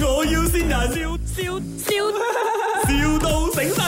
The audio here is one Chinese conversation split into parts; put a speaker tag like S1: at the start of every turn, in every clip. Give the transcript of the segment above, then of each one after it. S1: 要先人，笑笑笑，,笑到醒神。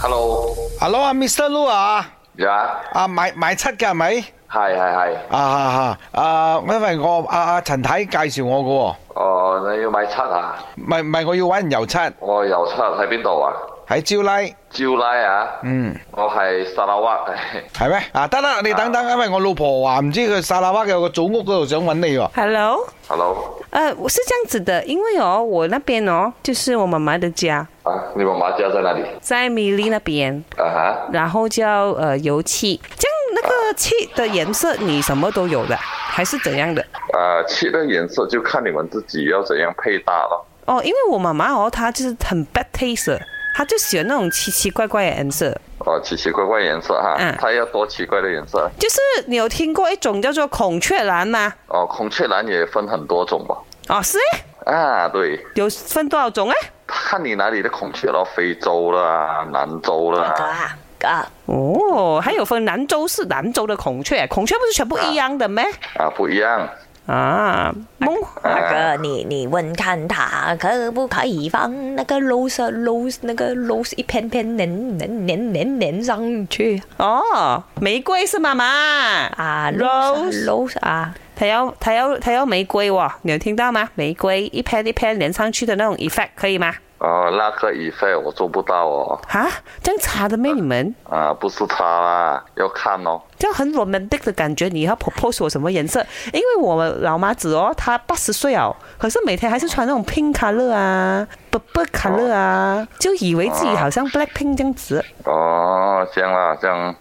S2: Hello，
S3: Hello 啊，Mr. Lu 啊，
S2: 呀，
S3: 啊買買七嘅係咪？
S2: 係係係，
S3: 啊啊啊啊！因為我阿阿陳太介紹我
S2: 哦，你要買七啊？
S3: 嘅喎，唔係唔係我要揾人油漆
S2: 我由七喺邊度啊？
S3: 喺招拉，
S2: 招拉啊？
S3: 嗯，
S2: 我係沙拉屈，
S3: 係咩？啊得啦，你等等，因為我老婆話唔知佢沙拉哇有個祖屋嗰度想揾你 喎。
S4: Hello，
S2: Hello，
S4: 呃，我是这样子的，因为哦，我那边哦，就是我妈妈的家
S2: 啊，你們馬家在哪裡？
S4: 在米粒那边，
S2: 啊哈，
S4: 然后叫呃油漆，这样那个漆的颜色你什么都有的，还是怎样的？
S2: 呃，漆的顏色就看你們自己要怎樣配搭咯。
S4: 哦，因为我妈妈哦，她就是很 bad taste，的她就喜欢那种奇奇怪怪的颜色。
S2: 哦，奇奇怪怪顏色哈，
S4: 嗯
S2: 它要多奇怪的顏色？
S4: 就是你有听过一種叫做孔雀藍吗？
S2: 哦，孔雀藍也分很多種吧？
S4: 哦，是诶，
S2: 啊，對，
S4: 有分多少啊種诶？
S2: 看你哪裡的孔雀咯，非洲啦，南洲啦，
S5: 啊啊！
S4: 哦，还有分南州是南州的孔雀，孔雀不是全部一样的咩？
S2: 啊，不一樣。
S4: 啊，蒙
S5: 那个你你问看他可不可以放那个 rose rose 那个 rose 一片片粘粘粘粘粘上去
S4: 哦，玫瑰是妈妈，
S5: 啊
S4: Rose
S5: rose 啊，
S4: 它要它要它要玫瑰哦，你有听到吗？玫瑰一片一片连上去的那种 effect 可以吗？
S2: 哦，那个以费我做不到哦，
S4: 啊，这样差的咩？你们
S2: 啊，不是他啦，要看哦。
S4: 这样很 romantic 的感觉，你要 propose 我什么颜色？因为我老妈子哦，她八十岁哦，可是每天还是穿那种 pink color 啊，purple color 啊，就以为自己好像 black pink 这样子
S2: 哦，这样啦，这样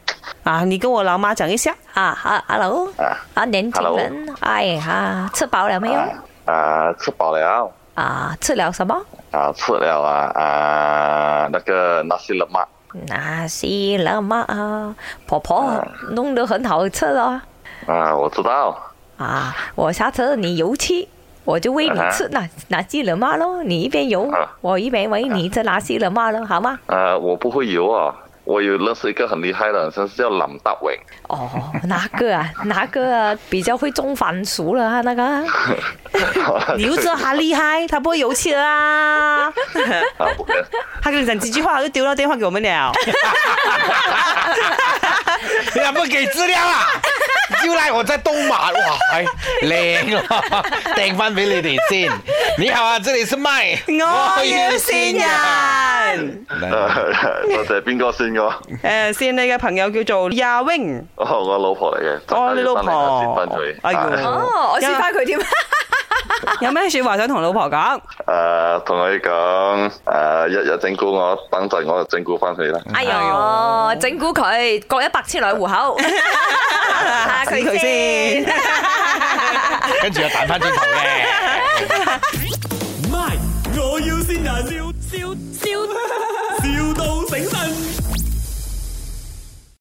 S4: 啊。你跟我老妈讲一 下，
S5: 啊哈 hello
S2: 啊
S5: 啊年轻
S2: Hello
S5: 人，哎呀，吃饱
S4: 哎
S5: 了没有？
S2: 啊啊，吃饱了
S5: 啊，吃了什么？
S2: 啊，吃了啊啊，那个那些了嘛，
S5: 那些了嘛啊，婆婆弄得很好吃哦。
S2: 啊，我知道
S5: 啊，我下次你油漆，我就喂你
S2: 啊
S5: 吃那那些了嘛喽，你一边油
S2: 啊，
S5: 我一边喂你吃那些了嘛喽，好吗？
S2: 啊，我不会游哦，我有认识一个很厉害的，好像是叫林德荣，
S5: 哦，那个啊，那个啊，比较会种番薯了啊，那个啊
S4: 你又知啊道她厉害，她不会油气的啦。
S2: 啊，不跟
S4: 她跟你讲几句话，她就丢到电话给我们了。
S3: 你有冇给資料啊？招拉我真係東馬，哇，係靚啊！ 掟翻俾你哋先。你好啊，這裡是麥，
S4: 我要善人。
S2: 呃啊多謝邊個先我？
S4: 诶、善你嘅朋友叫做亞 wing，
S2: 哦，我老婆嚟嘅，
S4: 哦你老婆
S2: 等下要翻嚟先翻
S4: 哎
S2: 佢
S4: 呦
S2: 啊。
S5: 哦，我
S4: 因
S5: 试
S4: 為
S5: 翻佢
S2: 嗯
S5: 添。
S4: 有咩说話想同老婆
S2: 誒，
S4: 講？
S2: 啊同佢講誒，一日整蠱我，等陣我就整蠱翻佢啦。
S5: 哎呦，整蠱佢，各一百千來户口，嚇
S4: 死佢先。
S3: 跟住又彈翻轉頭嘅。
S1: 咪，我要先人，笑笑笑，